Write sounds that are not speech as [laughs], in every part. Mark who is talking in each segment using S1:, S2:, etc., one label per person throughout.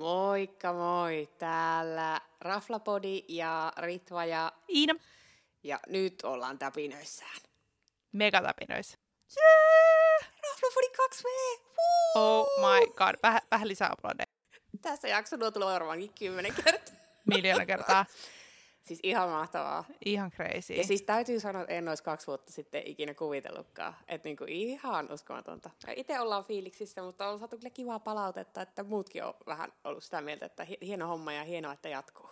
S1: Moikka moi! Täällä Raflapodi ja Ritva ja,
S2: Iina
S1: ja nyt ollaan täpinöissään.
S2: megatäpinöissä.
S1: Jee! Raflapodi 2V! Woo!
S2: Oh my god. Väh, vähän lisää aplodeja.
S1: Tässä jakso nuo tulee varmaankin kymmenen kertaa.
S2: Miljoona kertaa.
S1: Siis ihan mahtavaa.
S2: Ihan crazy.
S1: Ja siis täytyy sanoa, että en olisi kaksi vuotta sitten ikinä kuvitellutkaan. Että niinku ihan uskomatonta. Ja Itse ollaan fiiliksissä, mutta on saatu kyllä kivaa palautetta, että muutkin on vähän ollut sitä mieltä, että hi- hieno homma ja hienoa, että jatkuu.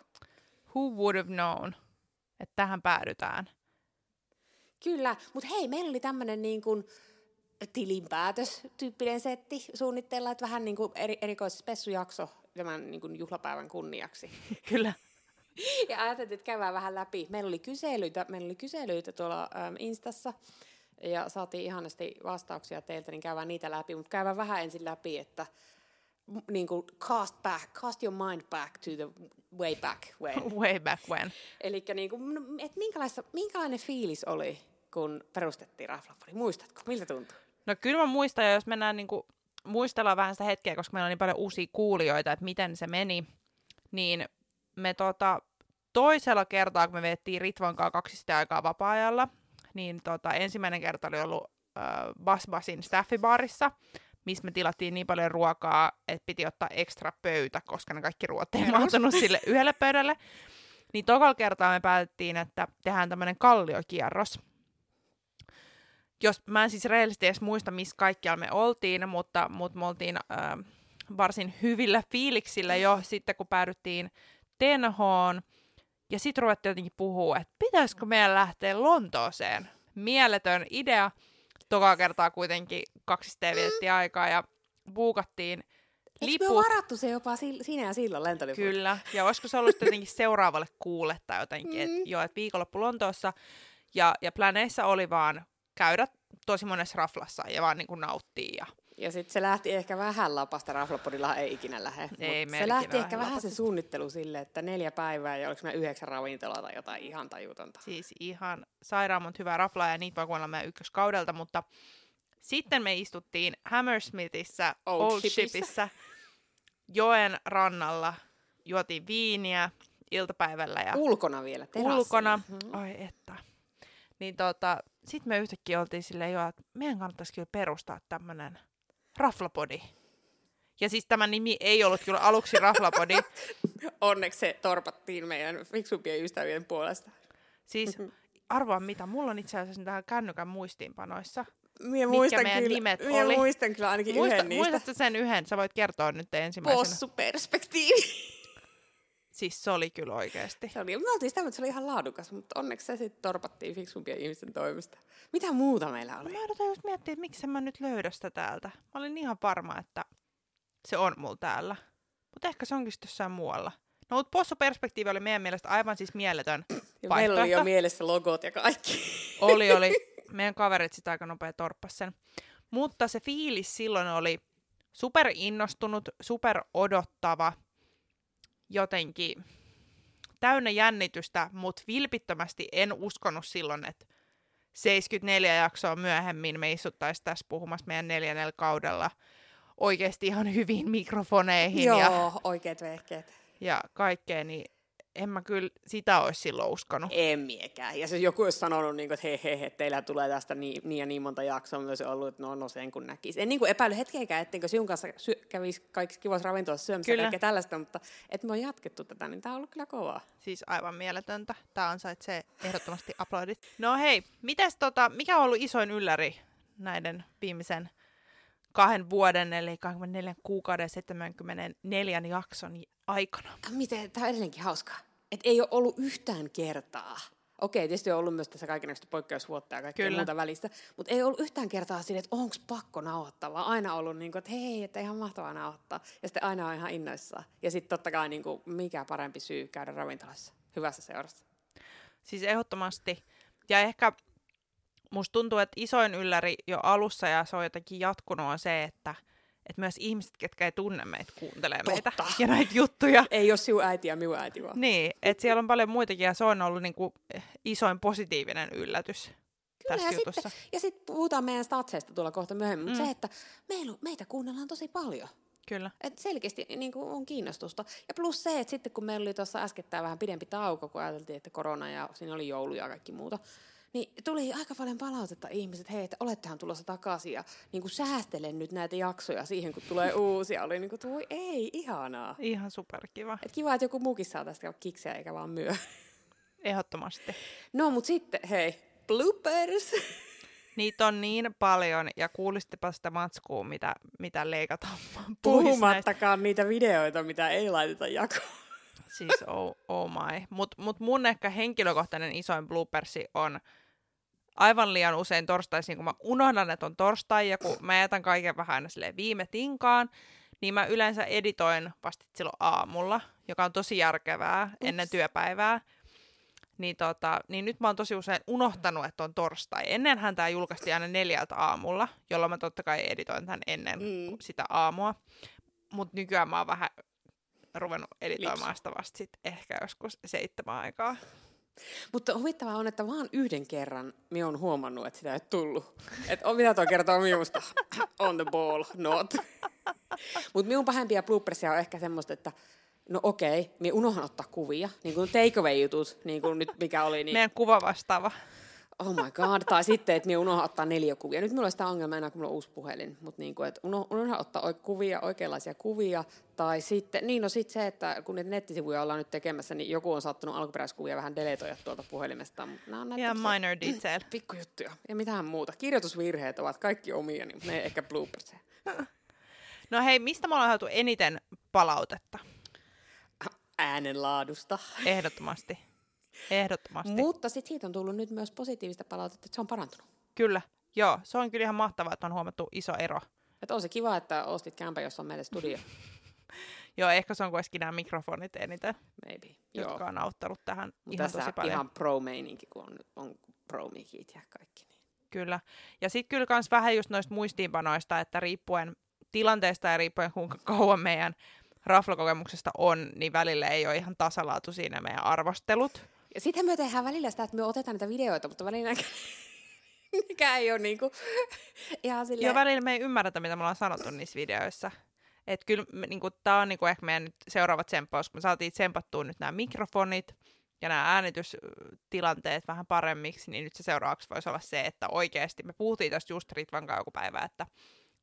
S2: Who would have known, että tähän päädytään?
S1: Kyllä, mutta hei, meillä oli tämmöinen niin kuin tilinpäätöstyyppinen setti suunnitteilla, että vähän niin kuin eri, erikoisspessujakso tämän niin kuin juhlapäivän kunniaksi.
S2: Kyllä.
S1: Ja ajateltiin, että käydään vähän läpi. Meillä oli kyselyitä, meillä oli kyselyitä tuolla äm, Instassa ja saatiin ihanasti vastauksia teiltä, niin käydään niitä läpi. Mutta käydään vähän ensin läpi, että m- niin kuin cast, back, cast your mind back to the way back when.
S2: Way back when.
S1: Eli niin kuin, no, et minkälaista- minkälainen fiilis oli, kun perustettiin Raflapori? Muistatko, miltä tuntui?
S2: No kyllä mä muistan, ja jos mennään niin kuin, muistellaan vähän sitä hetkeä, koska meillä on niin paljon uusia kuulijoita, että miten se meni, niin me tota, toisella kertaa, kun me vettiin Ritvan kanssa kaksista aikaa vapaa-ajalla, niin tota, ensimmäinen kerta oli ollut äh, Basbasin staffibaarissa, missä me tilattiin niin paljon ruokaa, että piti ottaa ekstra pöytä, koska ne kaikki ruoat ei
S1: Perus.
S2: mahtunut sille yhdelle pöydälle. Niin tokalla kertaa me päätettiin, että tehdään tämmöinen kalliokierros, jos, mä en siis rehellisesti edes muista, missä kaikkialla me oltiin, mutta, mutta me oltiin äh, varsin hyvillä fiiliksillä jo sitten, kun päädyttiin Tenhoon. Ja sitten ruvettiin jotenkin puhua, että pitäisikö meidän lähteä Lontooseen. Mieletön idea. Tokaa kertaa kuitenkin kaksisteen vietettiin aikaa ja buukattiin
S1: Eikö me ole
S2: liput.
S1: varattu se jopa sil- sinä ja silloin lentoliput?
S2: Kyllä, [laughs] ja olisiko se ollut sitten jotenkin seuraavalle kuulle tai jotenkin, että joo, että viikonloppu Lontoossa. Ja, ja planeissa oli vaan käydä tosi monessa raflassa ja vaan niin kuin nauttia. Ja
S1: Ja sitten se lähti ehkä vähän lapasta, Raflapodilla ei ikinä lähde. Mut
S2: Ei me
S1: se lähti
S2: ikinä
S1: ehkä
S2: lähde
S1: vähän se
S2: lapasesta.
S1: suunnittelu sille, että neljä päivää ja oliko mä yhdeksän ravintolaa tai jotain ihan tajutonta.
S2: siis ihan sairaan monta hyvää raflaa ja niitä voi kuunnella meidän ykköskaudelta, mutta sitten me istuttiin Hammersmithissä,
S1: Old
S2: Old, Old
S1: Shipissä.
S2: Shipissä. joen rannalla, juotiin viiniä iltapäivällä ja
S1: Ulkona vielä, terassilla.
S2: ulkona.
S1: Mm-hmm.
S2: Ai että. Niin tota, sit me yhtäkkiä oltiin silleen jo, että meidän kannattaisi kyllä perustaa tämmönen raflapodi. Ja siis tämä nimi ei ollut kyllä
S1: [laughs]
S2: aluksi raflapodi.
S1: [laughs] Onneksi se torpattiin meidän fiksumpien ystävien puolesta.
S2: Siis arvaa mitä, mulla on itse asiassa täällä kännykän muistiinpanoissa.
S1: Minä
S2: Mitkä
S1: muistan
S2: meidän
S1: kyllä,
S2: nimet
S1: minä
S2: oli?
S1: muistan kyllä ainakin
S2: Muista,
S1: yhden niistä.
S2: muistatko sen yhden? Sä voit kertoa nyt ensimmäisenä.
S1: Possuperspektiivi.
S2: Siis se oli kyllä oikeesti.
S1: Se oli, me oltiin sitä, mutta se oli ihan laadukas, mutta onneksi se sitten torpattiin fiksumpien ihmisten toimesta. Mitä muuta meillä oli?
S2: Mä odotan just miettiä, että miksi mä nyt löydä sitä täältä. Mä olin ihan varma, että se on mulla täällä. Mutta ehkä se onkin sit jossain muualla. No, mutta possuperspektiivi oli meidän mielestä aivan siis mieletön
S1: Ja meillä oli
S2: vaihtoehto.
S1: jo mielessä logot ja kaikki.
S2: oli, oli. Meidän kaverit sitä aika nopea torppas sen. Mutta se fiilis silloin oli super innostunut, super odottava, jotenkin täynnä jännitystä, mutta vilpittömästi en uskonut silloin, että 74 jaksoa myöhemmin me istuttaisiin tässä puhumassa meidän neljännellä kaudella oikeasti ihan hyvin mikrofoneihin ja,
S1: Joo, oikeat vehkeet.
S2: ja kaikkea, niin en mä kyllä sitä olisi silloin uskonut.
S1: En miekään. Ja se joku olisi sanonut, niin kuin, että hei, hei, hei, teillä tulee tästä niin, niin ja niin monta jaksoa myös ollut, että no, no sen kun näkisi. En niin kuin epäily hetkeäkään, etteikö sinun kanssa sy- kävisi kaikki kivassa ravintolassa syömässä
S2: Kyllä.
S1: kyllä. kaikkea tällaista, mutta että me on jatkettu tätä, niin tämä on ollut kyllä kovaa.
S2: Siis aivan mieletöntä. Tämä ansaitsee ehdottomasti aplodit. No hei, mitäs tota, mikä on ollut isoin ylläri näiden viimeisen kahden vuoden, eli 24 kuukauden ja 74 jakson aikana?
S1: Äh, Miten, tämä on edelleenkin hauskaa. Et ei ole ollut yhtään kertaa. Okei, tietysti on ollut myös tässä kaikenlaista poikkeusvuotta ja kaikkea Kyllä.
S2: Kyllä.
S1: muuta välistä, mutta ei ollut yhtään kertaa siinä, että onko pakko nauhoittaa, vaan aina ollut niin kuin, että hei, että ihan mahtavaa nauhoittaa. Ja sitten aina on ihan innoissaan. Ja sitten totta kai niin kuin, mikä parempi syy käydä ravintolassa, hyvässä seurassa.
S2: Siis ehdottomasti. Ja ehkä musta tuntuu, että isoin ylläri jo alussa ja se on jotenkin jatkunut on se, että, että myös ihmiset, ketkä ei tunne meitä, kuuntelee meitä
S1: Totta.
S2: ja näitä juttuja.
S1: Ei ole sinun äiti ja minun äiti vaan.
S2: Niin, että siellä on paljon muitakin ja se on ollut niinku isoin positiivinen yllätys tässä
S1: ja
S2: jutussa. Mm.
S1: sitten ja sit puhutaan meidän statseista tuolla kohta myöhemmin, mutta se, että meillä, on- meitä kuunnellaan tosi paljon.
S2: Kyllä.
S1: Et selkeästi niin kuin on kiinnostusta. Ja plus se, että sitten kun meillä oli tuossa äskettäin vähän pidempi tauko, kun ajateltiin, että korona ja siinä oli joulu ja kaikki muuta, niin tuli aika paljon palautetta ihmiset, hei, että olettehan tulossa takaisin ja niin kuin säästelen nyt näitä jaksoja siihen, kun tulee uusia. Oli niin kuin, voi ei, ihanaa.
S2: Ihan superkiva.
S1: Et kiva, että joku muukin saa tästä kiksejä eikä vaan myö. [laughs]
S2: Ehdottomasti.
S1: No, mutta sitten, hei, bloopers.
S2: Niitä on niin paljon ja kuulistepa sitä matskua, mitä, mitä leikataan [laughs] pois näistä.
S1: Puhumattakaan niitä videoita, mitä ei laiteta jakoon.
S2: Siis oh, oh my. Mutta mut mun ehkä henkilökohtainen isoin bloopersi on aivan liian usein torstaisin, kun mä unohdan, että on torstai ja kun mä jätän kaiken vähän aina silleen viime tinkaan, niin mä yleensä editoin vasta silloin aamulla, joka on tosi järkevää Ups. ennen työpäivää. Niin, tota, niin nyt mä oon tosi usein unohtanut, että on torstai. Ennenhän tämä julkaistiin aina neljältä aamulla, jolloin mä totta kai editoin tämän ennen
S1: Mm.
S2: mm. sitä aamua. Mutta nykyään mä oon vähän ruvennut editoimaan
S1: Lipsu.
S2: sitä vasta sit ehkä joskus seitsemän aikaa.
S1: Mutta huvittavaa on, että vaan yhden kerran minä olen huomannut, että sitä ei ole tullut. Että on, mitä tuo kertoo minusta? On the ball, not. Mutta minun pahempia bloopersia on ehkä semmoista, että no okei, minä unohan ottaa kuvia. Niin kuin takeaway-jutut, niin kuin nyt mikä oli, niin
S2: Meidän kuva vastaava.
S1: oh my god. Tai sitten, että minä unohan ottaa neljä kuvia. Nyt minulla on sitä ongelmaa enää, kun minulla on uusi puhelin. Mutta niin kuin, että uno- unohan ottaa oi- kuvia, oikeanlaisia kuvia. Tai sitten, niin no sitten se, että kun niitä nettisivuja ollaan nyt tekemässä, niin joku on saattanut alkuperäiskuvia vähän deletoida tuolta puhelimesta. Mutta nämä on näitä
S2: Ihan
S1: semmoisia-
S2: minor detail.
S1: Pikkujuttuja ja mitään muuta. Kirjoitusvirheet ovat kaikki omia, niin ne ei ehkä bloopersia.
S2: No hei, mistä me ollaan saatu eniten palautetta?
S1: Äänenlaadusta.
S2: Ehdottomasti. Ehdottomasti. Mut...
S1: Mutta sitten siitä on tullut nyt myös positiivista palautetta, että se on parantunut.
S2: Kyllä. Joo, se on kyllä ihan mahtavaa, että on huomattu iso ero.
S1: Että on se kiva, että ostit kämpä, jossa on meille studio.
S2: Joo, ehkä se on kuitenkin nämä mikrofonit eniten,
S1: Maybe.
S2: Joo.
S1: Joo.
S2: jotka on auttanut tähän
S1: Mutta
S2: ihan
S1: tässä
S2: tosi paljon. Ihan...
S1: ihan pro-meininki, kun on, on pro-mikit ja kaikki. Niin.
S2: Kyllä. Ja sitten kyllä myös vähän just noista muistiinpanoista, että riippuen tilanteesta ja riippuen kuinka [laughs] kauan meidän raflakokemuksesta on, niin välillä ei ole ihan tasalaatu siinä meidän arvostelut.
S1: Ja sitten me tehdään välillä sitä, että me otetaan niitä videoita, mutta välillä [laughs] mikä ei ole niinku [laughs] ihan silleen...
S2: Joo, välillä me ei ymmärretä, mitä me ollaan sanottu niissä videoissa. Et kyllä niinku, tämä on niinku, ehkä meidän nyt seuraava tsemppaus, kun me saatiin tsempattua nyt nämä mikrofonit ja nämä äänitystilanteet vähän paremmiksi, niin nyt se seuraavaksi voisi olla se, että oikeasti me puhuttiin tästä just Ritvan kanssa joku päivä, että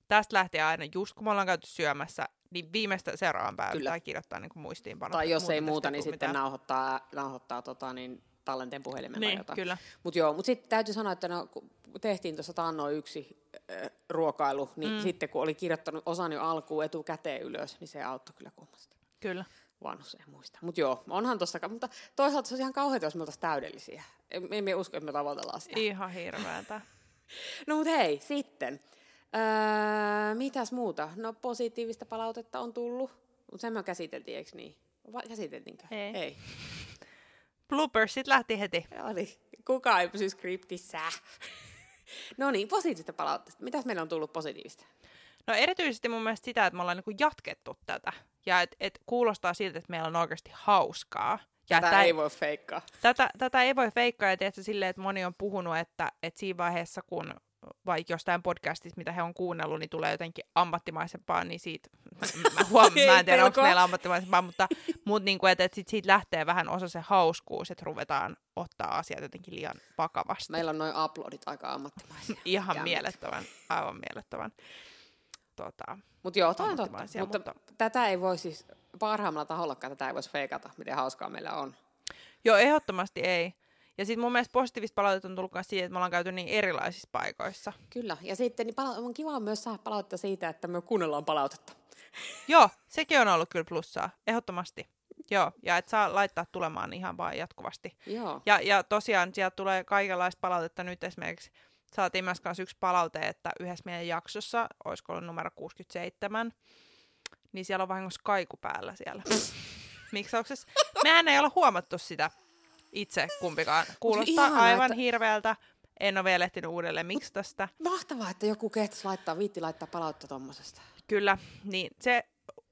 S2: tästä lähtee aina just kun me ollaan käyty syömässä, niin viimeistä seuraavan päivän
S1: Kyllä.
S2: pitää kirjoittaa niinku muistiinpanot.
S1: tai jos ei
S2: tästä
S1: muuta,
S2: ei
S1: niin
S2: tule
S1: sitten
S2: mitään.
S1: nauhoittaa, nauhoittaa tota, niin tallenteen puhelimella
S2: Niin,
S1: jotain.
S2: kyllä.
S1: Mutta joo, mutta sitten täytyy sanoa, että no, kun tehtiin tuossa taannoin yksi äh, ruokailu, niin mm. sitten kun oli kirjoittanut osan jo alkuun etukäteen ylös, niin se auttoi kyllä kummasti.
S2: Kyllä.
S1: Vanhus ei muista. Mutta joo, onhan tuossa, ka- mutta toisaalta se on ihan kauheita, jos me oltaisiin täydellisiä. Em- Emme usko, että me tavoitellaan sitä.
S2: Ihan hirveätä.
S1: No mut hei, sitten. Öö, mitäs muuta? No positiivista palautetta on tullut, mutta sen me käsiteltiin, eikö niin? Vai käsiteltiinkö?
S2: Ei.
S1: ei.
S2: Bloopersit lähti heti.
S1: Oli. Kuka ei pysy skriptissä. [laughs] no niin, positiivista palautteesta. Mitäs meillä on tullut positiivista?
S2: No erityisesti mun mielestä sitä, että me ollaan niinku jatkettu tätä. Ja et, et kuulostaa siltä, että meillä on oikeasti hauskaa. Ja
S1: Tätä
S2: tää-
S1: ei voi feikkaa.
S2: tätä, tätä ei voi feikkaa. Ja tietysti silleen, että moni on puhunut, että, että siinä vaiheessa, kun vaikka jostain podcastista, mitä he on kuunnellut, niin tulee jotenkin ammattimaisempaa, niin siitä,
S1: [laughs]
S2: mä, huom,
S1: Ei
S2: mä en tiedä, onko
S1: pelkoa.
S2: meillä ammattimaisempaa, mutta [laughs] mut niinku, että et sit siitä lähtee vähän osa se hauskuus, että ruvetaan ottaa asiat jotenkin liian vakavasti.
S1: Meillä on noin uploadit aika ammattimaisia.
S2: Ihan
S1: Jännä.
S2: mielettömän, aivan mielettömän. Tota,
S1: Mut joo, toi on totta. Mutta,
S2: Ammattimaisia,
S1: mutta
S2: mutta-
S1: tätä ei voi siis, parhaimmalla tahollakaan tätä ei voisi feikata, miten hauskaa meillä on.
S2: Joo, ehdottomasti ei. Ja sitten mun mielestä positiivista palautetta on tullut myös siitä, että me ollaan käyty niin erilaisissa paikoissa.
S1: Kyllä, ja sitten niin pala- on kiva myös saada palautetta siitä, että me kuunnellaan palautetta.
S2: Joo, sekin on ollut kyllä plussaa, ehdottomasti. Joo, ja et saa laittaa tulemaan ihan vaan jatkuvasti.
S1: Joo.
S2: Ja, ja tosiaan sieltä tulee kaikenlaista palautetta nyt esimerkiksi. Saatiin myös kanssa yksi palaute, että yhdessä meidän jaksossa, olisiko ollut numero 67, niin siellä on vahingossa kaiku päällä [laughs] siellä. Miksauksessa? Mehän ei ole huomattu sitä itse kumpikaan. Kuulostaa
S1: ihanaa,
S2: aivan
S1: että-
S2: hirveältä. En ole vielä ehtinyt uudelleen miksi tästä.
S1: Mahtavaa, että joku kehtas laittaa, viitti laittaa palautetta tommosesta.
S2: Kyllä, niin se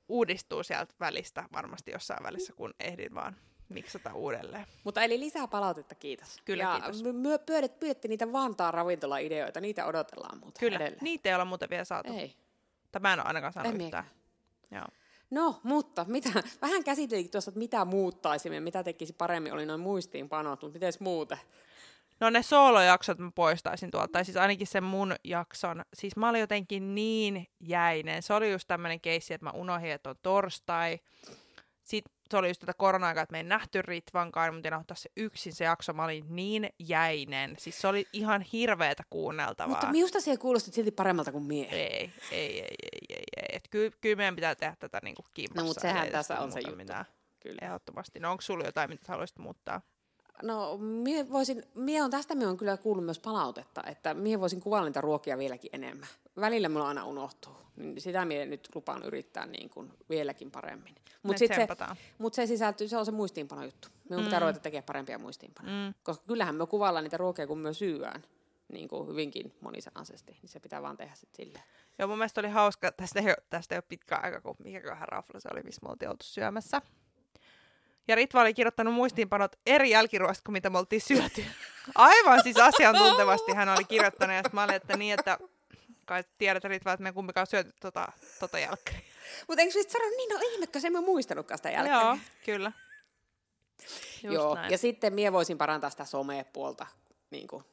S2: uudistuu sieltä välistä varmasti jossain välissä, kun ehdin vaan miksata uudelleen.
S1: Mutta eli lisää palautetta, kiitos.
S2: Kyllä,
S1: ja
S2: kiitos.
S1: me- me pyydettiin niitä Vantaan ravintolaideoita, niitä odotellaan muuten
S2: Kyllä,
S1: edelleen.
S2: niitä ei olla muuten vielä saatu.
S1: Ei,
S2: Tai mä en ole ainakaan
S1: ei
S2: saanut yhtään.
S1: miekään.
S2: Joo.
S1: No, mutta mitä, vähän käsiteltiin tuossa, että mitä muuttaisimme, mitä tekisi paremmin, oli noin muistiinpanot, mutta miten muuten?
S2: No ne soolojaksot mä poistaisin tuolta, tai siis ainakin sen mun jakson. Siis mä olin jotenkin niin jäinen. Se oli just tämmönen keissi, että mä unohdin, että on torstai. Sitten se oli just tätä korona-aikaa, että me ei nähty Ritvankaan, mutta en ottaa se yksin se jakso. Mä olin niin jäinen. Siis se oli ihan hirveetä kuunneltavaa.
S1: Mutta minusta se kuulosti silti paremmalta kuin mie.
S2: Ei, ei, ei, ei, ei, ei. Et ky- kyllä meidän pitää tehdä tätä niinku kimpassa.
S1: No, mut sehän
S2: Ei
S1: tässä
S2: sitä
S1: on se
S2: muuta
S1: juttu. Kyllä.
S2: Ehdottomasti. No onko sulla jotain, mitä sä haluaisit muuttaa?
S1: No, mie voisin, mie on, tästä mie on kyllä kuullut myös palautetta, että mie voisin kuvailla niitä ruokia vieläkin enemmän. Välillä mulla aina unohtuu. Niin Sitä mie nyt lupaan yrittää niin kuin vieläkin paremmin.
S2: Me
S1: Mutta se,
S2: tsempataan.
S1: mut se sisältyy, se on se muistiinpanojuttu. Minun pitää ruveta tekemään parempia muistiinpanoja.
S2: Mm.
S1: Koska kyllähän me kuvaillaan niitä ruokia, kun me syödään niin kuin hyvinkin monisanaisesti, niin se pitää vaan tehdä sitten silleen.
S2: Joo, mun mielestä oli hauska, tästä ei ole, tästä ei ole pitkä aika, kun mikäköhän rafla se oli, missä me oltiin oltu syömässä. Ja Ritva oli kirjoittanut muistiinpanot eri jälkiruoista kuin mitä me oltiin syöty. [laughs] Aivan siis asiantuntevasti hän oli kirjoittanut, ja sit mä olin, että niin, että kai tiedät Ritva, että me ei kumpikaan syöty tota, tota jälkkäriä.
S1: Mutta eikö sitten sano, niin no ihme, kun se en mä muistanutkaan sitä jälkeen.
S2: Joo, kyllä. Just
S1: Joo,
S2: näin.
S1: ja sitten mie voisin parantaa sitä somepuolta, niin kuin,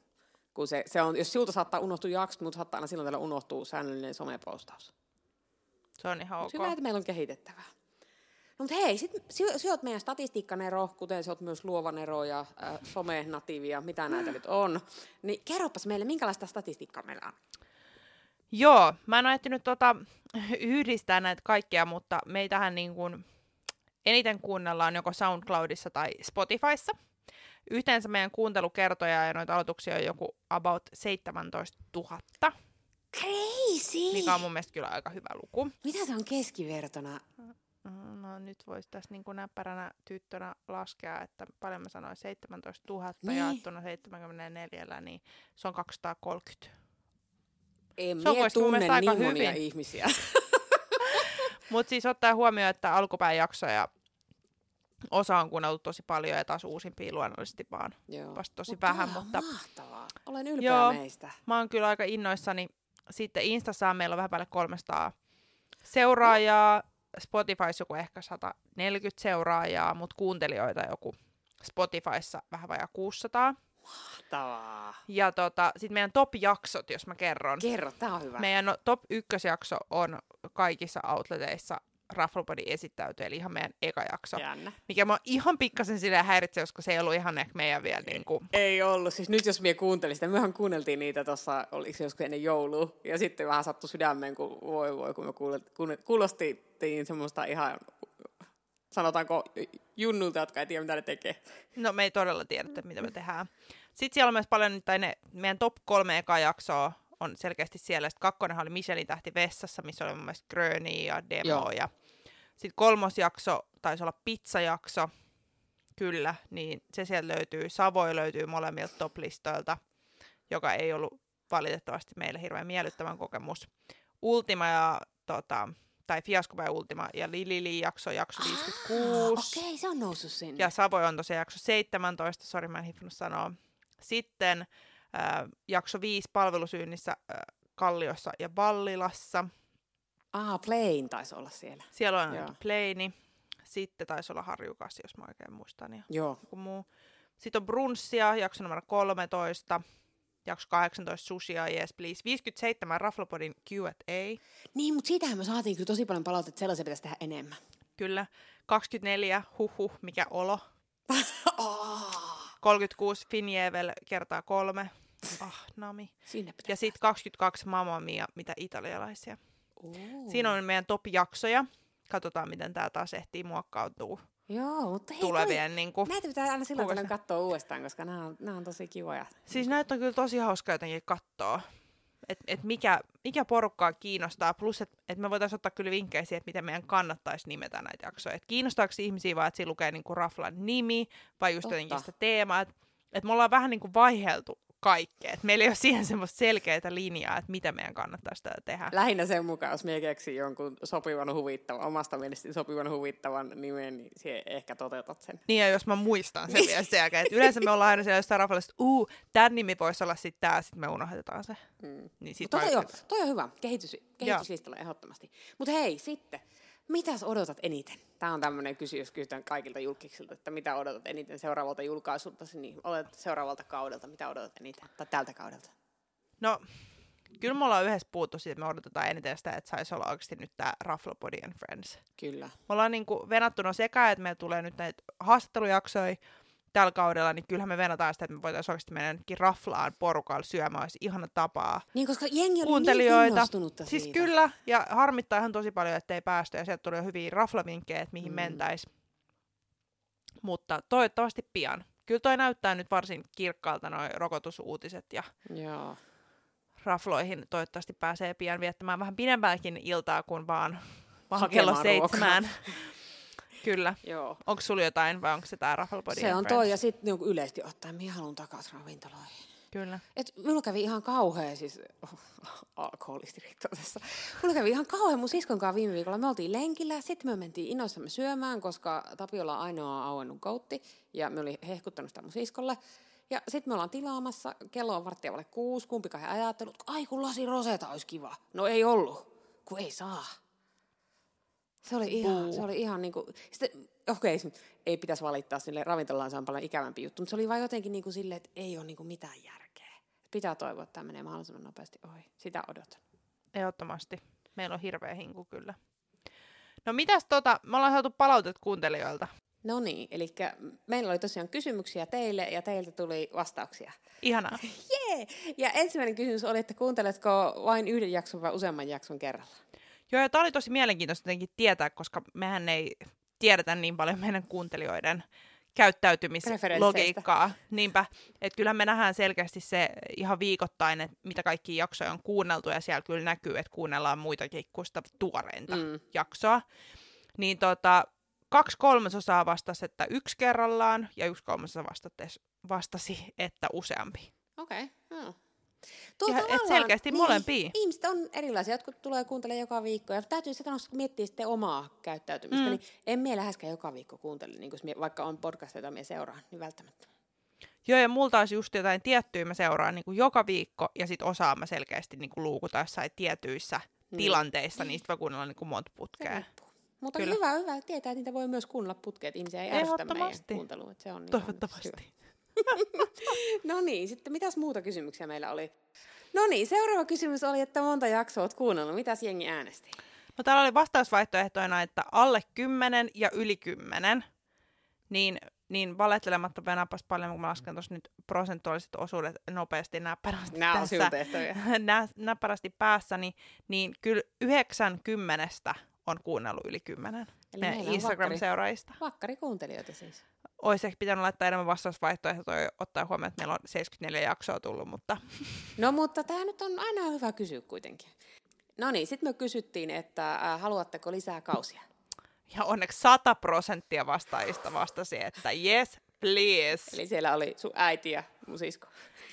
S1: kun se, se on, jos siltä saattaa unohtua jaksot, mutta saattaa aina silloin tällä unohtuu säännöllinen somepostaus.
S2: Se on ihan
S1: Okay. Hyvä,
S2: ok.
S1: että meillä on kehitettävää. No, mutta hei, sit, sy- syöt meidän statistiikan ero, kuten sä oot myös luovan ero ja äh, somenatiivia, mitä näitä nyt on. Niin kerropas meille, minkälaista statistiikkaa meillä on.
S2: Joo, mä en ole ehtinyt tota, [laughs] yhdistää näitä kaikkia, mutta meitähän niin kuin eniten kuunnellaan joko SoundCloudissa tai Spotifyssa. Yhteensä meidän kuuntelukertoja ja noita aloituksia on joku about 17 000,
S1: Crazy!
S2: mikä on mun mielestä kyllä aika hyvä luku.
S1: Mitä se on keskivertona?
S2: Mm, No nyt voisi tässä niin kuin näppäränä tyttönä laskea, että paljon mä sanoin 17 000
S1: Niin.
S2: niin. jaettuna 74, niin se on 230.
S1: En
S2: Se on
S1: mie
S2: kuitenkin mun
S1: tunne
S2: mielestä aika
S1: niin monia
S2: hyvin.
S1: ihmisiä. [laughs]
S2: Mutta siis ottaa huomioon, että alkupään jaksoja osa on kuunneltu tosi paljon ja taas uusimpia luonnollisesti vaan.
S1: Joo.
S2: Vasta tosi
S1: Mut tää
S2: vähän,
S1: on
S2: mutta-
S1: Mahtavaa. Olen ylpeä
S2: Joo.
S1: meistä.
S2: Mä oon kyllä aika innoissani. Sitten Instassa meillä on vähän päälle 300 seuraajaa, Spotifys joku ehkä 140 seuraajaa, mutta kuuntelijoita joku Spotifyssa vähän vajaa 600.
S1: Mahtavaa.
S2: Ja tota, sitten meidän top-jaksot, jos mä kerron.
S1: Kerro, tää on hyvä.
S2: Meidän no- top ykkösjakso on kaikissa outleteissa Rafflopodi esittäytyy, eli ihan meidän eka jakso.
S1: Jännä.
S2: mikä mä ihan pikkasen sille häiritsee, koska se ei ollut ihan ehkä meidän vielä niin kuin...
S1: Ei ollut. Siis nyt jos mie kuuntelin sitä, mehän kuunneltiin niitä tuossa, oliko se joskus ennen joulua. Ja sitten vähän sattui sydämeen, kun voi voi, kun me kuule- kuunne- kuulostiin semmoista ihan, sanotaanko, junnulta, jotka ei tiedä, mitä ne tekee.
S2: No me ei todella tiedä, että mitä me tehdään. Sitten siellä on myös paljon, tai ne meidän top kolme eka jaksoa on selkeästi siellä. Sitten kakkonenhan oli Michelin tähti vessassa, missä oli mun mielestä Gröniä ja Demo.
S1: Joo.
S2: Ja sitten kolmosjakso taisi olla pizzajakso. Kyllä, niin se sieltä löytyy. Savoi löytyy molemmilta top-listoilta, joka ei ollut valitettavasti meille hirveän miellyttävän kokemus. Ultima ja tota, tai Fiasko vai Ultima ja Lilili jakso, jakso 56.
S1: Ah, Okei, se on noussut sinne.
S2: Ja Savoy on tosiaan jakso 17, sori mä en hiffannut sanoa. Sitten äh, jakso 5 palvelusyynnissä äh, Kalliossa ja Vallilassa.
S1: Ah, Plain taisi olla siellä.
S2: Siellä on
S1: Joo.
S2: Joo. Pleini. Sitten taisi olla Harjukas, jos mä oikein muistan. Ja
S1: Joo.
S2: joku muu. Sitten on Brunssia, jakso numero 13. Jakso 18, Sushia, Yes Please. 57, Raflopodin Q&A.
S1: Niin, mutta siitähän me saatiin kyllä tosi paljon palautetta, että sellaisia pitäisi tehdä enemmän.
S2: Kyllä. 24, huhu, mikä olo.
S1: Oh,
S2: 36, Finjevel kertaa kolme. Ah, nami.
S1: sinne pitää.
S2: Ja sitten 22 Mamma Mia, mitä italialaisia.
S1: Ooh.
S2: Siinä on meidän top-jaksoja. Katsotaan, miten tämä taas ehtii muokkautuu
S1: Joo, mutta hei, toi,
S2: tulevien. Niin kuin.
S1: Näitä pitää aina silloin
S2: Kuka
S1: tällöin
S2: se-
S1: katsoa uudestaan, koska nämä on, nämä on tosi kivoja.
S2: Siis näitä on kyllä tosi hauska jotenkin katsoa. Että et mikä, mikä porukkaa kiinnostaa. Plus, että et me voitaisiin ottaa kyllä vinkkejä siihen, että miten meidän kannattaisi nimetä näitä jaksoja. Et kiinnostaako ihmisiä vaan, että siinä lukee niinku raflan nimi vai just
S1: Totta.
S2: jotenkin sitä teemaa. Että et me ollaan vähän niinku vaiheltu kaikkea. Et meillä ei ole siihen semmoista selkeää linjaa, että mitä meidän kannattaisi tätä tehdä.
S1: Lähinnä sen mukaan, jos mie keksin jonkun sopivan huvittavan, omasta mielestäni sopivan huvittavan nimen, niin sie ehkä toteutat sen.
S2: Niin ja jos mä muistan sen vielä sen jälkeen. Et yleensä me ollaan aina siellä jossain rafalassa, että uu, tämän nimi voisi olla sitten tää, sitten me unohdetaan se. Mm. Niin sit
S1: Mutta toi, on-
S2: vaan-
S1: toi on hyvä, Kehitys, kehityslistalla ehdottomasti. Mutta hei, sitten, Mitäs odotat eniten? Tämä on tämmöinen kysymys, jos kysytään kaikilta julkiksilta, että mitä odotat eniten seuraavalta julkaisulta, niin olet seuraavalta kaudelta, mitä odotat eniten, tai tältä kaudelta.
S2: No, kyllä me ollaan yhdessä puhuttu siitä, että me odotetaan eniten sitä, että saisi olla oikeasti nyt tämä Rufflebody and Friends.
S1: Kyllä.
S2: Me ollaan niin kuin venattuna sekä, että meillä tulee nyt näitä haastattelujaksoja tällä kaudella, niin kyllähän me venataan sitä, että me voitaisiin oikeasti mennä nytkin raflaan porukalla syömään, olisi ihana tapaa
S1: Niin, koska jengi oli niin
S2: kuuntelijoita.
S1: innostunutta
S2: siis
S1: siitä.
S2: kyllä, ja harmittaa ihan tosi paljon, ettei päästy, ja sieltä tuli jo hyviä raflavinkkejä, että mihin
S1: Mm.
S2: mm. mentäis. Mutta toivottavasti pian. Kyllä toi näyttää nyt varsin kirkkaalta noi rokotusuutiset ja
S1: Joo.
S2: rafloihin toivottavasti pääsee pian viettämään vähän pidempäänkin iltaa
S1: [laughs]
S2: kuin vaan, vaan kello
S1: Hakemaan ruokaa.
S2: seitsemään. [laughs] Kyllä.
S1: Joo.
S2: Onko sulla jotain vai onko se tämä Raffle Body
S1: Se
S2: and
S1: on
S2: Friends?
S1: toi, ja sitten niinku yleisesti ottaen, minä haluan takaisin ravintoloihin.
S2: Kyllä.
S1: Et mulla kävi ihan kauhea, siis alkoholistiriitto tässä. Mulla kävi ihan kauhea mun siskon kanssa viime viikolla. Me oltiin lenkillä, sitten me mentiin innoissamme syömään, koska Tapiolla on ainoa auennut koutti. Ja me oli hehkuttanut sitä mun siskolle. Ja sitten me ollaan tilaamassa, kello on varttia vaille kuusi, kumpikaan he ajatellut, että ai kun lasi roseta olisi kiva. No ei ollut, kun ei saa. Se oli ihan, se oli ihan niinku, sitten, okei, okay, ei pitäisi valittaa sille ravintolaan, se on paljon ikävämpi juttu, mutta se oli vaan jotenkin niinku silleen, että ei ole niinku mitään järkeä. Pitää toivoa, että tämä menee mahdollisimman nopeasti ohi. Sitä odotan.
S2: Ehdottomasti. Meillä on hirveä hinku kyllä. No mitäs tota, me ollaan saatu palautet kuuntelijoilta.
S1: No niin, eli meillä oli tosiaan kysymyksiä teille ja teiltä tuli vastauksia.
S2: Ihanaa.
S1: Jee! Ja ensimmäinen kysymys oli, että kuunteletko vain yhden jakson vai useamman jakson kerralla?
S2: Joo, ja tämä oli tosi mielenkiintoista jotenkin tietää, koska mehän ei tiedetä niin paljon meidän kuuntelijoiden käyttäytymislogiikkaa. Niinpä, että kyllähän me nähdään selkeästi se ihan viikoittain, että mitä kaikki jaksoja on kuunneltu, ja siellä kyllä näkyy, että kuunnellaan muitakin kuin sitä tuoreinta
S1: Mm.
S2: mm. jaksoa. Niin tota, kaksi kolmasosaa vastasi, että yksi kerrallaan, ja yksi kolmasosa vastates- vastasi, että useampi.
S1: Okei. Okay. Hmm.
S2: Ja, et selkeästi molempia.
S1: niin, Ihmiset on erilaisia. Jotkut tulee kuuntelemaan joka viikko. Ja täytyy sanoa, kun miettii sitten omaa käyttäytymistä,
S2: Mm.
S1: niin en mie läheskään joka viikko kuuntele, niin kun mie- vaikka on podcasteja, joita mie seuraan, niin välttämättä.
S2: Joo, ja multa olisi just jotain tiettyä, mä seuraan niin kuin joka viikko, ja sit osaan mä selkeästi niin kuin luukuta jossain tietyissä
S1: Niin.
S2: niin. tilanteissa, niistä voi kuunnella niin kuin monta
S1: Se
S2: putkea.
S1: riippuu. Mutta
S2: Kyllä.
S1: hyvä, hyvä tietää, että niitä voi myös kuunnella putkeet. Ihmisiä ei ärsytä meidän
S2: Ehdottomasti.
S1: kuunteluun. että Se on ihan hyvä.
S2: Toivottavasti.
S1: No niin, sitten mitäs muuta kysymyksiä meillä oli? No niin, seuraava kysymys oli, että monta jaksoa oot kuunnellut. Mitäs jengi äänesti?
S2: No täällä oli vastausvaihtoehtoina, että alle 10 ja yli 10, niin, niin valettelematta venapas paljon, kun mä lasken tuossa nyt prosentuaaliset osuudet nopeasti näppärästi
S1: Nämä on
S2: [laughs] tässä.
S1: syntehtäviä.
S2: nä- näppärästi päässäni, niin kyllä 90 on kuunnellut yli 10
S1: Eli
S2: meidän
S1: meillä on vakkari,
S2: Instagram-seuraajista.
S1: vakkari kuuntelijoita siis.
S2: olisi ehkä pitänyt laittaa enemmän vastausvaihtoehtoja, ottaa huomioon, että meillä on 74 jaksoa tullut, mutta [laughs]
S1: No mutta tämä nyt on aina hyvä kysyä kuitenkin. No niin, sitten me kysyttiin, että äh, haluatteko lisää kausia?
S2: ja onneksi 100 prosenttia vastaajista vastasi, että yes, please.
S1: Eli siellä oli sun äiti ja mun sisko.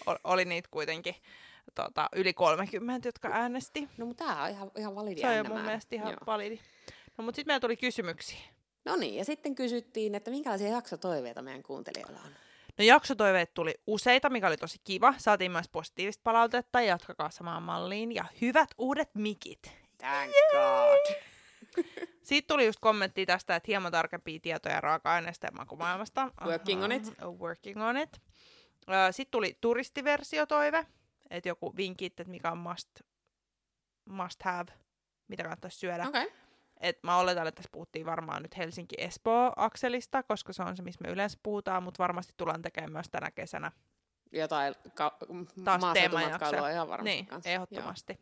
S2: O- oli niitä kuitenkin tota, yli 30, jotka äänesti.
S1: No mutta tämä on ihan, ihan validi
S2: Se on jo
S1: äänenmäärä.
S2: mun mielestä ihan
S1: Joo.
S2: validi. No mutta sitten meillä tuli kysymyksiä.
S1: No niin, ja sitten kysyttiin, että minkälaisia jaksotoiveita meidän kuuntelijoilla on.
S2: No jaksotoiveet tuli useita, mikä oli tosi kiva. Saatiin myös positiivista palautetta, jatkakaa samaan malliin. Ja hyvät uudet mikit.
S1: Thank God.
S2: Sitten tuli just kommentti tästä, että hieman tarkempia tietoja raaka-aineista ja makumaailmasta.
S1: Working on it.
S2: Aha, Working on it. Sitten tuli turistiversiotoive, että joku vinkit, että mikä on must, must have, mitä kannattaisi syödä.
S1: Okei. Okay.
S2: Et mä oletan, että tässä puhuttiin varmaan nyt Helsinki-Espoo-akselista, koska se on se, missä me yleensä puhutaan, mutta varmasti tullaan tekemään myös tänä kesänä.
S1: Jotain ka-
S2: Taas
S1: maaseutumatkailua
S2: teemajakso.
S1: ihan varmasti
S2: niin,
S1: kanssa.
S2: ehdottomasti.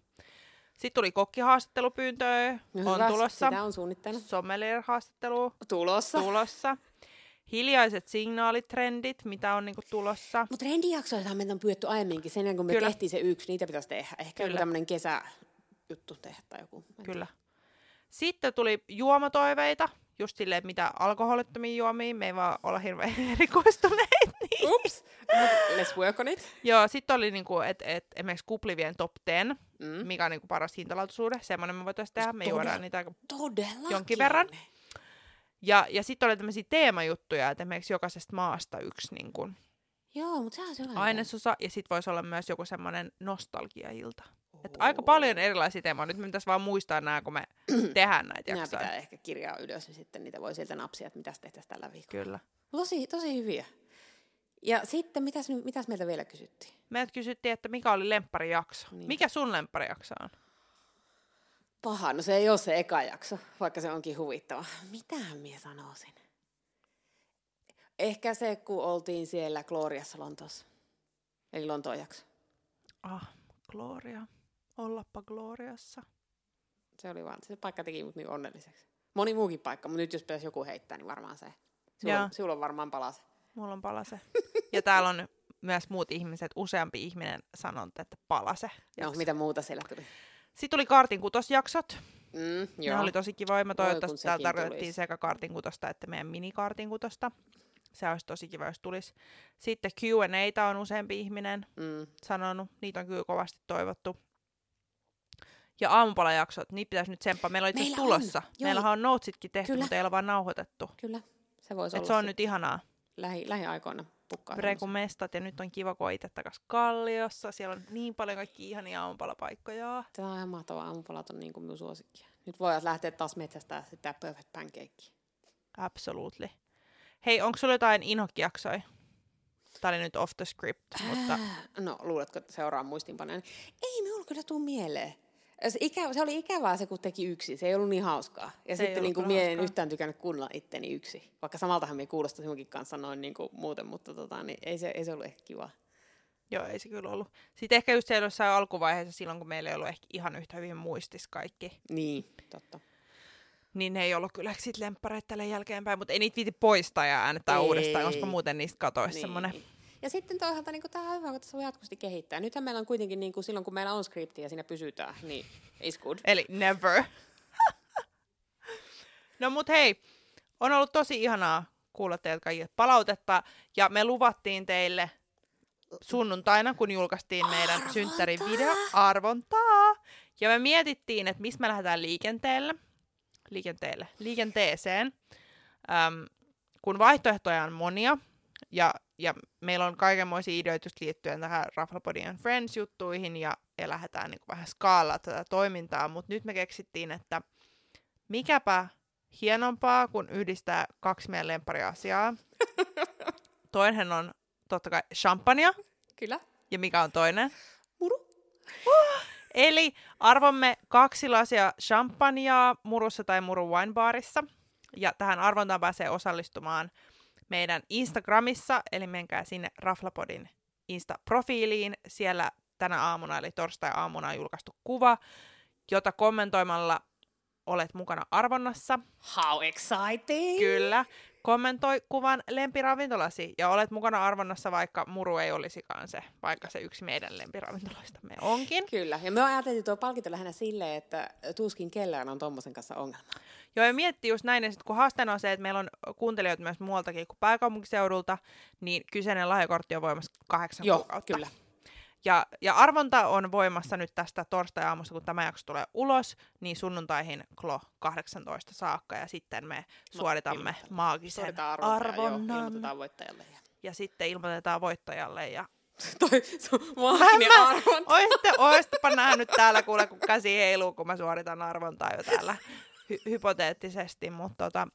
S2: Sitten tuli kokkihaastattelupyyntöä,
S1: Joo.
S2: on
S1: No hyvä,
S2: tulossa.
S1: Sitä on suunnitteilla.
S2: Sommelier-haastattelu,
S1: Tulossa.
S2: tulossa. Hiljaiset signaalitrendit, mitä on niinku tulossa.
S1: Mutta rendijaksoitahan meitä on pyydetty aiemminkin. Sen jälkeen, kun me
S2: Kyllä.
S1: tehtiin se yksi, niitä pitäisi tehdä. Ehkä joku
S2: Kyllä.
S1: tämmöinen kesäjuttu tehdä tai joku.
S2: Kyllä. Sitten tuli juomatoiveita, just silleen, että mitä alkoholittomia juomia, me ei vaan olla hirveän [laughs] erikoistuneet. Niin.
S1: Ups! Mut Let's work on it.
S2: Joo, sitten oli niinku, että et, esimerkiksi kuplivien top 10,
S1: Mm.
S2: mikä on niinku paras hintalaatuisuuden, semmoinen me voitaisiin tehdä, me
S1: Todella.
S2: juodaan niitä aika
S1: Todellakin.
S2: Jonkin verran. Ja, ja sitten oli tämmöisiä teemajuttuja, että esimerkiksi jokaisesta maasta yksi niin kun,
S1: Joo, mutta sehän on sellainen.
S2: ainesosa, ja sitten voisi olla myös joku semmoinen nostalgiailta.
S1: idea.
S2: Että aika paljon erilaisia teemoja. Nyt me pitäisi vaan muistaa nämä,
S1: [clears throat]
S2: kun me tehdään näitä
S1: Nämä
S2: jaksoja.
S1: pitää ehkä kirjaa ylös, niin sitten niitä voi sieltä napsia, että mitäs tehtäisiin tällä viikolla.
S2: Kyllä.
S1: Tosi, tosi hyviä. Ja sitten, mitäs, nyt- mitäs meiltä vielä kysyttiin?
S2: Meiltä kysyttiin, että mikä oli lempparijakso.
S1: Niin.
S2: Niin. Mikä sun lempparijakso on?
S1: Paha, no se ei ole se eka jakso, vaikka se onkin huvittava. Mitähän minä sanoisin? Ehkä se, kun oltiin siellä Gloriassa Lontoossa. Eli Lontoon jakso.
S2: Ah, Gloria. Ollappa Gloriassa.
S1: Se oli vaan, se paikka teki mut niin onnelliseksi. Moni muukin paikka, mutta nyt jos pitäisi joku heittää, niin varmaan se. Sulla,
S2: Joo.
S1: on- sulla on varmaan No, palase.
S2: Mulla on palase.
S1: [laughs]
S2: Ja täällä on myös muut ihmiset, useampi ihminen sanonut, että palase.
S1: No,
S2: jakso.
S1: mitä muuta siellä tuli?
S2: Sitten tuli kartin kutosjaksot.
S1: Mm,
S2: Joo.
S1: joo.
S2: Ne oli tosi kivoja. Mä
S1: kun
S2: toivottavasti
S1: sekin
S2: täällä tarjottiin
S1: tulisi.
S2: sekä kartin kutosta että meidän minikartin kutosta. Se olisi tosi kiva, jos tulisi. Sitten Q&Aita on useampi ihminen
S1: mm,
S2: sanonut. Niitä on kyllä kovasti toivottu. Ja aamupalajaksot, niin pitäisi nyt tsemppaa. Meillä on itse asiassa
S1: Meillä on,
S2: tulossa.
S1: joo.
S2: Meillähän on notesitkin tehty,
S1: Kyllä.
S2: mutta ei ole vaan nauhoitettu.
S1: kyllä, se voisi
S2: Et
S1: olla
S2: se on
S1: sit
S2: nyt ihanaa.
S1: lähi, lähiaikoina pukkaa.
S2: Breikun mestat ja nyt on kiva, kun on itse takas Kalliossa. Siellä on niin paljon kaikki ihania aamupalapaikkoja.
S1: Tämä on ihan mahtavaa. Aamupalat on niin kuin minun suosikkia. Nyt voidaan lähteä taas metsästää sitä perfect pancakea.
S2: Absolutely. Hei, onko sulla jotain inhokkijaksoja? Tää oli nyt off the script, mutta
S1: No, luuletko, että seuraa muistinpanoja? Ei minulla kyllä tuu mieleen. Se, ikä, se oli ikävää se, kun teki yksi. Se ei ollut niin hauskaa. Ja
S2: Se
S1: sitten
S2: ei ollut
S1: niin kuin
S2: kyllä
S1: mie en
S2: hauskaa.
S1: yhtään tykännyt kuunnella itteni yksi. Vaikka samaltahan me kuulostaisi minunkin kanssa noin niin kuin muuten, mutta tota, niin ei, se, ei se ollut ehkä kivaa.
S2: joo, ei se kyllä ollut. Sitten ehkä just siellä jossain alkuvaiheessa silloin, kun meillä ei ollut ehkä ihan yhtä hyvin muistis kaikki,
S1: Niin, totta.
S2: niin ne ei ollut kyllä sit lemppareita tälle jälkeenpäin, mutta ei niitä viiti poistaa ja äänettää
S1: Ei.
S2: uudestaan, koska muuten niistä katoisi niin. semmoinen.
S1: Ja sitten toisaalta niin tämä on hyvä, kun tässä voi jatkuvasti kehittää. Nythän meillä on kuitenkin niin kuin silloin, kun meillä on skripti ja siinä pysytään, niin it's good.
S2: Eli never. [laughs] no mut hei, on ollut tosi ihanaa kuulla teiltä kaikille palautetta. Ja me luvattiin teille sunnuntaina, kun julkaistiin meidän synttärivideo, arvontaa. Ja me mietittiin, että missä me lähdetään liikenteelle. Liikenteelle. Liikenteeseen. Öm, kun vaihtoehtoja on monia, ja, ja meillä on kaikenmoisia ideoita just liittyen tähän Rafflebody and Friends-juttuihin, ja, ja lähdetään niin vähän skaalaa tätä toimintaa, mutta nyt me keksittiin, että mikäpä hienompaa, kun yhdistää kaksi meidän lempariasiaa. Toinen on totta kai champagnea,
S1: Kyllä.
S2: ja mikä on toinen? Oh!
S1: Muru.
S2: Eli arvomme kaksi lasia champagnea murussa tai murun winebaarissa. Ja tähän arvontaan pääsee osallistumaan meidän Instagramissa, eli menkää sinne Raflapodin Insta-profiiliin. Siellä tänä aamuna, eli torstai-aamuna on julkaistu kuva, jota kommentoimalla olet mukana arvonnassa.
S1: How exciting!
S2: Kyllä.
S1: Niin.
S2: Kommentoi kuvan lempiravintolasi ja olet mukana arvonnassa, vaikka muru ei olisikaan se, vaikka se yksi meidän lempiravintoloistamme onkin.
S1: Kyllä. Ja me ajateltiin tuo palkinto lähinnä silleen, että tuskin kellään on tuommoisen kanssa ongelma.
S2: Joo, ja miettii just näin, ja sit kun haasteena on se, että meillä on kuuntelijoita myös muualtakin kuin pääkaupunkiseudulta, niin kyseinen lahjakortti on voimassa kahdeksan
S1: Joo,
S2: kuukautta.
S1: kyllä.
S2: Ja, ja arvonta on voimassa nyt tästä torstai-aamusta, kun tämä jakso tulee ulos, niin sunnuntaihin klo 18 saakka, ja sitten me suoritamme
S1: ilmoitetaan.
S2: maagisen
S1: Suoritetaan arvontaa, joo,
S2: arvonnan.
S1: ilmoitetaan voittajalle. Ja... [laughs]
S2: ja sitten ilmoitetaan voittajalle, ja
S1: Toi sun maaginen arvonta.
S2: Oiste, oistapa nähnyt täällä kuule, kun käsi heiluu, kun mä suoritan arvontaa jo täällä hy- hypoteettisesti, mutta tota,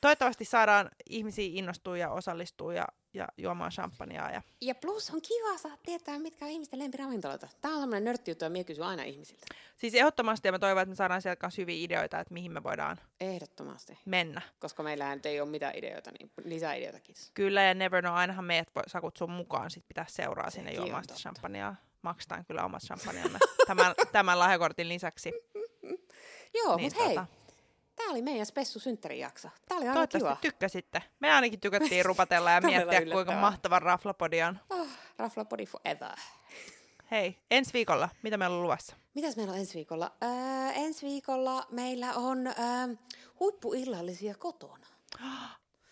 S2: toivottavasti saadaan ihmisiä innostua ja osallistua ja, ja juomaan champagnea. Ja...
S1: Ja plus on kiva saada tietää, mitkä on ihmisten lempiravintoloita. Tämä on semmoinen nörttijuttu, ja minä kysyn aina ihmisiltä.
S2: Siis ehdottomasti ja mä toivon, että me saadaan sieltä kanssa hyviä ideoita, että mihin me voidaan
S1: Ehdottomasti.
S2: mennä.
S1: Koska meillähän nyt ei ole mitään ideoita, niin lisää ideoita, kiitos.
S2: Kyllä ja never know, ainahan meidät voi, saa kutsua mukaan, sit pitää seuraa sinne
S1: Sekin on
S2: juomaan sitä
S1: totta.
S2: champagnea. Maksetaan kyllä omat champagneamme tämän, tämän lahjakortin lisäksi.
S1: Joo,
S2: Niin,
S1: niin, mutta hei,
S2: tota.
S1: tämä oli meidän spessu synttärijakso. Tämä oli aika
S2: Toivottavasti
S1: kiva.
S2: tykkäsitte. Me ainakin tykättiin rupatella
S1: [laughs]
S2: ja
S1: Todella
S2: miettiä, kuinka
S1: yllättävää.
S2: mahtava raflapodi on.
S1: oh, Raflapodi forever.
S2: Hei, ensi viikolla, mitä meillä on luvassa?
S1: Mitäs meillä on ensi viikolla? Öö, ensi viikolla meillä on öö, huippuillallisia kotona.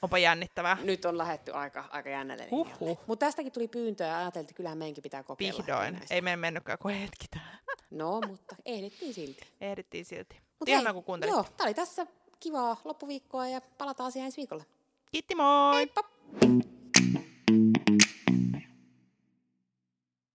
S2: Onpa jännittävää.
S1: Nyt on lähetty aika, aika jännälle
S2: Huhhuh.
S1: Mutta tästäkin tuli pyyntö ja ajateltiin, että kyllähän meidänkin pitää kokeilla.
S2: Vihdoin.
S1: näistä.
S2: Ei meidän mennytkään kuin hetki tähän.
S1: No, mutta ehdittiin silti.
S2: Ehdittiin silti.
S1: Mut
S2: Tiedän,
S1: hei,
S2: kun kuuntelit.
S1: Joo, tää oli tässä kivaa loppuviikkoa ja palataan asiaan ensi viikolla.
S2: Kiitti moi!
S1: Heippa!